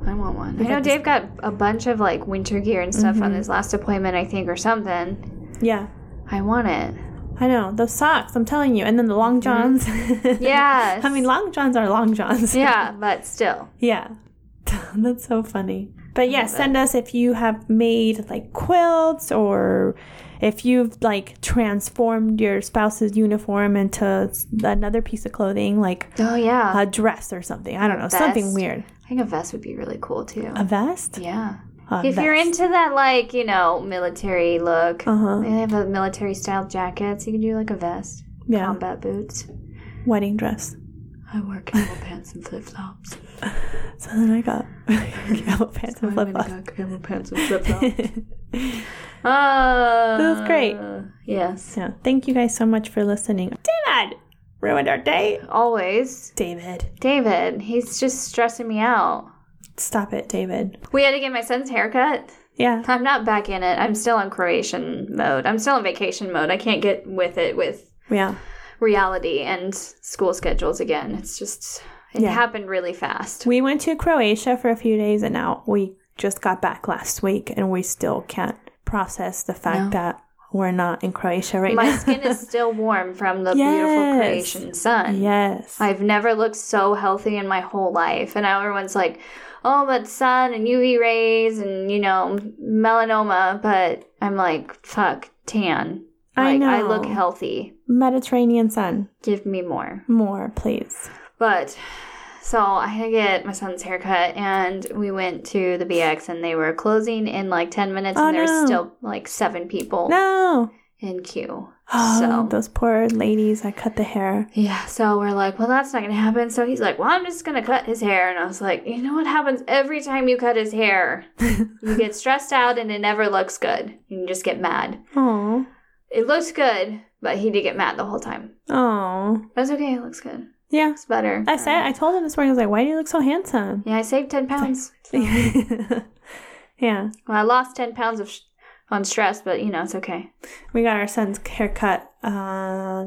I want one. I know got this- Mm-hmm. Dave got a bunch of like winter gear and stuff on his last deployment, I think, or something. Yeah, I want it. I know those socks. I'm telling you, and then the long johns. Mm-hmm. Yes. I mean, long johns are long johns. Yeah, but still. Yeah. That's so funny. But yeah, send us if you have made like quilts or if you've like transformed your spouse's uniform into s- another piece of clothing, like Oh yeah. a dress or something. I don't know, something vest. weird. I think a vest would be really cool too. A vest? Yeah. A If you're vest. into that, like, you know, military look, Uh-huh. they have a military style jackets. You can do like a vest, yeah. combat boots. wedding dress. I wear camel pants and flip flops. So then I got camo pants and flip flops. camel pants and flip flops. Uh, This is great. Yes. So thank you guys so much for listening. David ruined our day. Always. David, David, he's just stressing me out. stop it, David. We had to get my son's haircut. Yeah. I'm not back in it. I'm still in Croatian mode. I'm still in vacation mode. I can't get with it with Yeah. reality and school schedules again. It's just it Yeah. happened really fast. We went to Croatia for a few days and now we just got back last week and we still can't process the fact No. that we're not in Croatia right My now. skin is still warm from the beautiful Yes. Croatian sun. yes. I've never looked so healthy in my whole life. And now everyone's like, oh, but sun and UV rays and, you know, melanoma. But I'm like, fuck, tan. I Like, I know. look healthy. Mediterranean sun. Give me more. More, please. But so I had to get my son's haircut and we went to the BX and they were closing in like 10 minutes Oh, and there's no. still like seven people No. in queue. Oh, so. those poor ladies. I cut the hair. Yeah, so we're like, well, that's not gonna happen. So he's like, well, I'm just gonna cut his hair. And I was like, you know what happens every time you cut his hair? you get stressed out and it never looks good. You just get mad. Oh. It looks good, but he did get mad the whole time. Oh. But it's okay, it looks good. Yeah. It's better. Um, I said, I told him this morning, I was like, why do you look so handsome? Yeah, I saved 10 pounds. So- yeah. well, I lost 10 pounds of sh- on stress, but you know, it's okay. We got our son's haircut uh,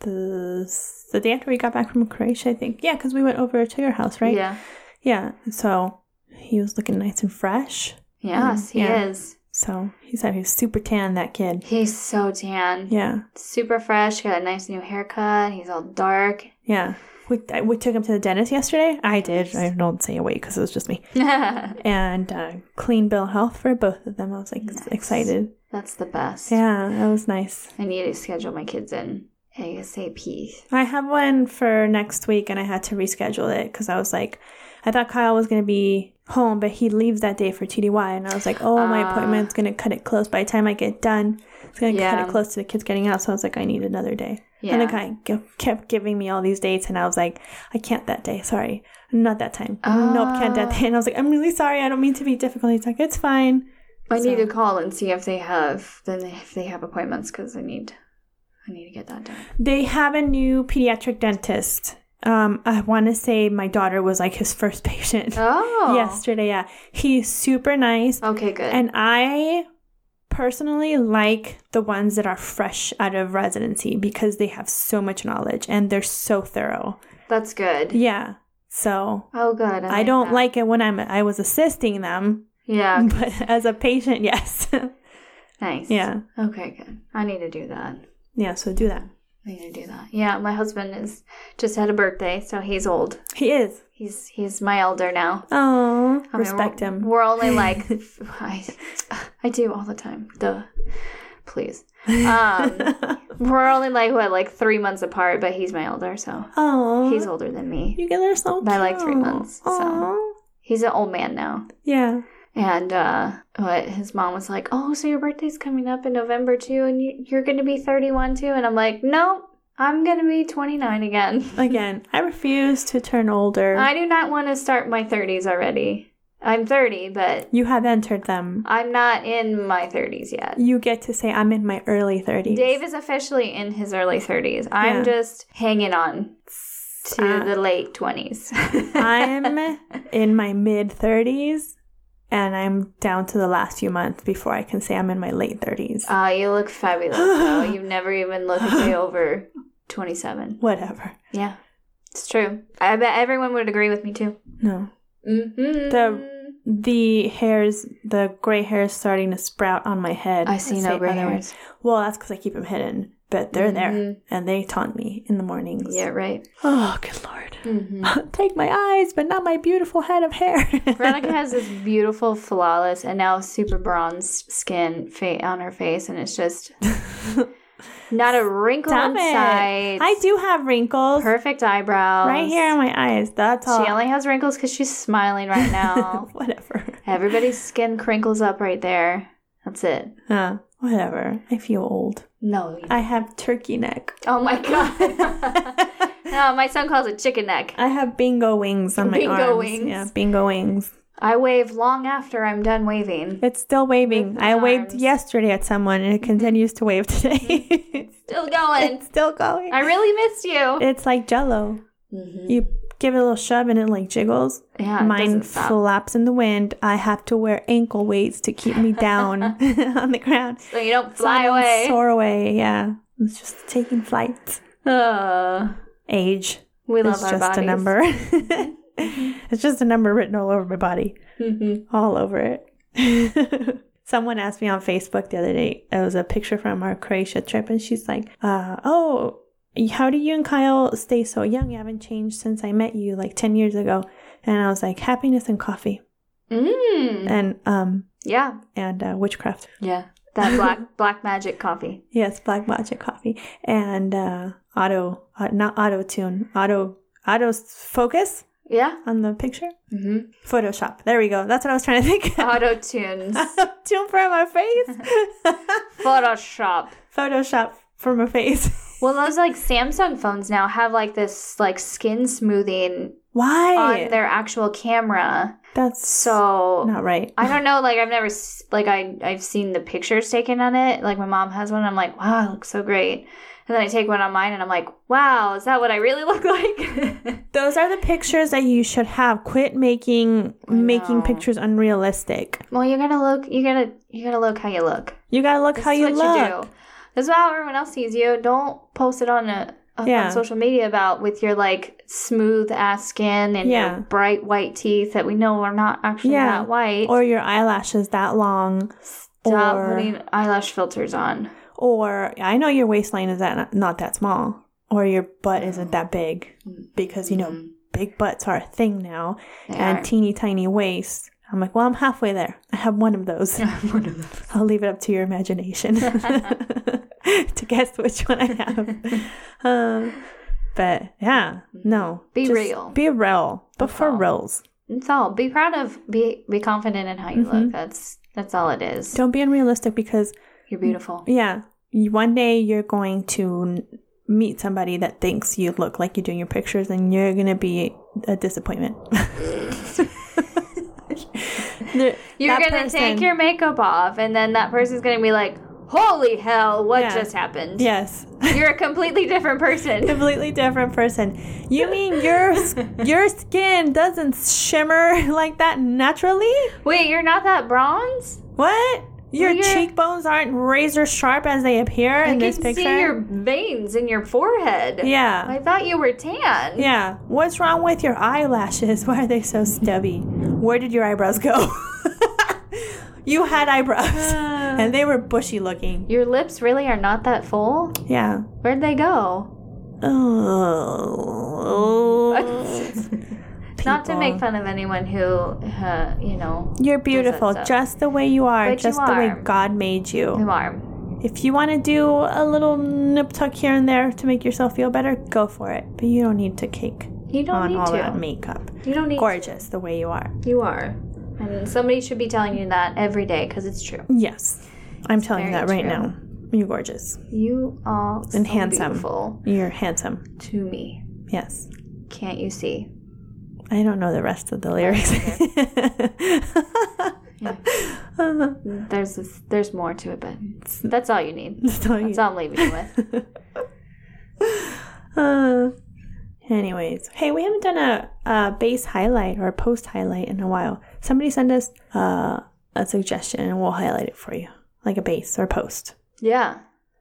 the s- the day after we got back from Croatia, I think. Yeah, because we went over to your house, right? Mm, Yeah. Yeah. So he was looking nice and fresh. Yes, he yeah. is. So he said he was super tan. That kid. He's so tan. Yeah. Super fresh. Got a nice new haircut. He's all dark. Yeah. We, I- we took him to the dentist yesterday. I did. I don't say away because it was just me. That's And uh, clean bill health for both of them. I was like Nice. excited. the best. Yeah, that was nice. I need to schedule my kids in ASAP. I have one for next week, and I had to reschedule it because I was like, I thought Kyle was going to be home, but he leaves that day for TDY, and I was like, oh, my Ah. appointment's going to cut it close. By the time I get done, it's going to Yeah. cut it close to the kids getting out. So I was like, I need another day. Yeah. And the guy g- kept giving me all these dates, and I was like, I can't that day. Sorry, not that time. Nope, can't that Ah. day. And I was like, I'm really sorry. I don't mean to be difficult. He's like, it's fine. I need to So- call and see if they have then if they have appointments because I need I need to get that done. They have a new pediatric dentist. Um, I want to say my daughter was like his first patient. Oh. yesterday. Yeah, he's super nice, Okay. Good. and I personally like the ones that are fresh out of residency because they have so much knowledge and they're so thorough. That's good. Yeah, so Oh, good. I, don't that. like it when I'm I was assisting them, Yeah. but as a patient, yes, Nice. yeah, Okay. Good. I need to do that. yeah. So do that. I need to do that. Yeah. My husband is just had a birthday, so he's old. He is. He's he's my elder now. Oh, I mean, respect we're, him. We're only like I, I do all the time. Duh. Please. Um, we're only like what, like three months apart, but he's my elder, so Oh, he's older than me. You guys are so by, like, three cute. months, so. Aw. He's an old man now. yeah. And uh, what his mom was like, "Oh, so your birthday's coming up in November too, and you- you're going to be 31 too." And I'm like, "No, I'm going to be 29 again. Again, I refuse to turn older. I do not want to start my 30s already. I'm 30, but You have entered them. I'm not in my 30s yet." You get to say I'm in my early 30s. Dave is officially in his early 30s. I'm Yeah. just hanging on to I- the late 20s. I'm in my mid 30s and I'm down to the last few months before I can say I'm in my late 30s. Ah, you look fabulous. though. You've never even looked a day over 27. Whatever. Yeah, it's true. I bet everyone would agree with me too. No. Mm-hmm. The- The hairs, the gray hairs starting to sprout on my head. I see no Say gray otherwise. hairs. Mm-hmm. Well, that's because I keep them hidden, but they're there and they taunt me in the mornings. Yeah, right. Oh, good lord. Mm-hmm. Take my eyes, but not my beautiful head of hair. Veronica has this beautiful, flawless, and now super bronzed skin fa- on her face, and it's just not a wrinkle Stop on it. sight. I do have wrinkles. perfect eyebrows Right here in my eyes. That's all. She only has wrinkles because she's smiling right now. whatever. Everybody's skin crinkles up right there. That's it. Huh. Whatever. I feel old. No. you- I have turkey neck. Oh my god. no, my son calls it chicken neck. I have bingo wings on my Bingo arms. wings. Yeah, bingo wings. I wave long after I'm done waving. It's still waving. With I waved arms. Mm-hmm. yesterday at someone and it continues to wave today. Still going. it's still going. Mm-hmm. I really missed you. It's like jello. Mm-hmm. You give it a little shove and it like jiggles. Yeah, it Mine doesn't stop. flaps in the wind. I have to wear ankle weights to keep me down on the ground. so you don't So I fly don't away. Soar away. Yeah. It's just taking flight. Ugh. Age. we love it's our just bodies. Mm-hmm. a number. it's just a number written all over my body, Mhm. all over it. Someone asked me on Facebook the other day. It was a picture from our Croatia trip, and she's like, uh, "Oh, how do you and Kyle stay so young? You haven't changed since I met you like ten years ago." And I was like, "Happiness and coffee, Mm. and um, Yeah. and uh, witchcraft." Yeah. That black black magic coffee. Yes, Black Magic Coffee and uh, auto, uh, not auto tune, auto auto focus Yeah. on the picture. hmm Photoshop. There we go. That's what I was trying to think. Auto tunes. Tune from my face. Photoshop. Photoshop from my face. Well, those like Samsung phones now have like this like skin smoothing Why? on their actual camera. That's So not right. I don't know. Like I've never s- like I I've seen the pictures taken on it. Like my mom has one. I'm like, wow, it looks so great. And then I take one on mine, and I'm like, wow, is that what I really look like? Those are the pictures that you should have. Quit making I making know. pictures unrealistic. well, you gotta look. You gotta you gotta look how you look. You gotta look This how is you what look. do. This is how everyone else sees you. Don't post it on a up Yeah. on social media about with your like smooth ass skin and Yeah. your bright white teeth that we know are not actually Yeah. that white. or your eyelashes that long, Stop or- putting eyelash filters on. or I know your waistline is that not that small, or your butt isn't that big, because you know Mm, big butts are a thing now, Mm-hmm. they and are. teeny tiny waists. I'm like, well, I'm halfway there. I have one of those. One of those. I'll leave it up to your imagination to guess which one I have. um, but yeah, no, Be just real. be real, but That's for all. reals. That's all. Be proud of. Be be confident in how you look. That's that's all it is. Mm-hmm. Don't be unrealistic because You're beautiful. Yeah. You- One day you're going to n- meet somebody that thinks you look like you do in your pictures, and you're going to be a disappointment. You're You're gonna take your makeup off, and then that person's gonna be like, "Holy hell! What Yeah. just happened? Yes. You're a completely different person." Completely different person. You mean your s- your skin doesn't shimmer like that naturally? Wait, you're not that bronze? What? Your Well, you're- cheekbones aren't razor sharp as they appear I in this can picture. see your veins in your forehead. yeah. I thought you were tan. Yeah. What's wrong with your eyelashes? Why are they so stubby? Where did your eyebrows go? you had eyebrows and they were bushy looking. Your lips really are not that full. Yeah. Where'd they go? Oh. not to make People. fun of anyone who, uh, you know, You're beautiful stuff. just the way you are, But you just the way are. God made you. who are. If you want to do a little nip tuck here and there to make yourself feel better, go for it. But you don't need to cake You don't on need all to. that makeup. You don't need. Gorgeous the way you are. To. You are. And somebody should be telling you that every day because it's true. Yes. I'm telling you very that right true. now. You're gorgeous. You are so And handsome. beautiful You're handsome. to me. Yes. Can't you see? I don't know the rest of the lyrics. Uh, There's there's more to it, but that's all you need. That's all you- That's all I'm leaving you with. Uh, anyways, hey, we haven't done a, a base highlight or a post highlight in a while. Somebody send us uh, a suggestion and we'll highlight it for you, like a base or post. Yeah.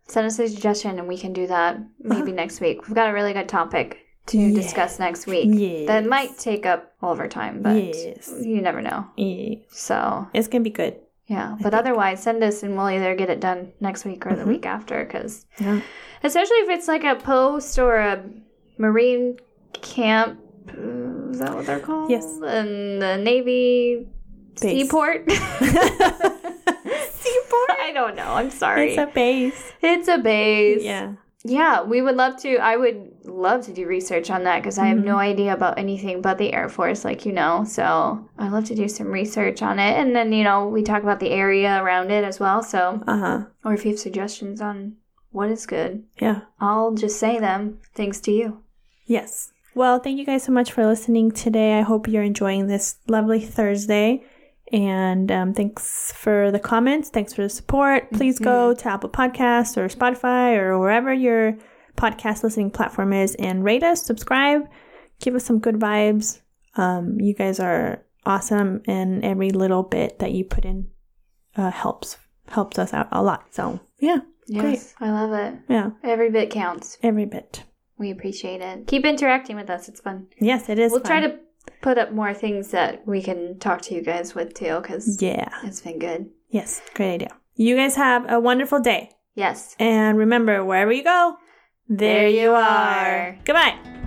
Send us a suggestion and we can do that Uh-huh. maybe next week. We've got a really good topic to discuss next week. That Yes. might take up all of our time, but Yes. you never know. Yeah. So, It's gonna be good. yeah. But otherwise, send us and we'll either get it done next week or the Mm-hmm. week after because, Yeah. especially if it's like a post or a marine camp. uh, Is that what they're called? Yes. And the Navy Base. seaport? seaport? I don't know. I'm sorry. It's a base. it's a base. Yeah. Yeah, we would love to. I would love to do research on that because I have no idea about anything but the Air Force, like you know. So I'd love to do some research on it. And then, you know, we talk about the area around it as well. So, Uh huh. or if you have suggestions on what is good, Yeah. I'll just say them. Thanks to you. Yes. Well, thank you guys so much for listening today. I hope you're enjoying this lovely Thursday. And um, thanks for the comments. Thanks for the support. Please go Mm-hmm. to Apple Podcasts or Spotify or wherever your podcast listening platform is and rate us, subscribe, give us some good vibes. Um, you guys are awesome, and every little bit that you put in uh, helps helps us out a lot. So yeah, Yes, I love it. yeah, Every bit counts. every bit. We appreciate it. Keep interacting with us. It's fun. Yes, it is. we'll try fun. to put up more things that we can talk to you guys with too because Yeah. it's been good. Yes, great idea. You guys have a wonderful day. Yes. And remember, wherever you go, there, you are. Goodbye.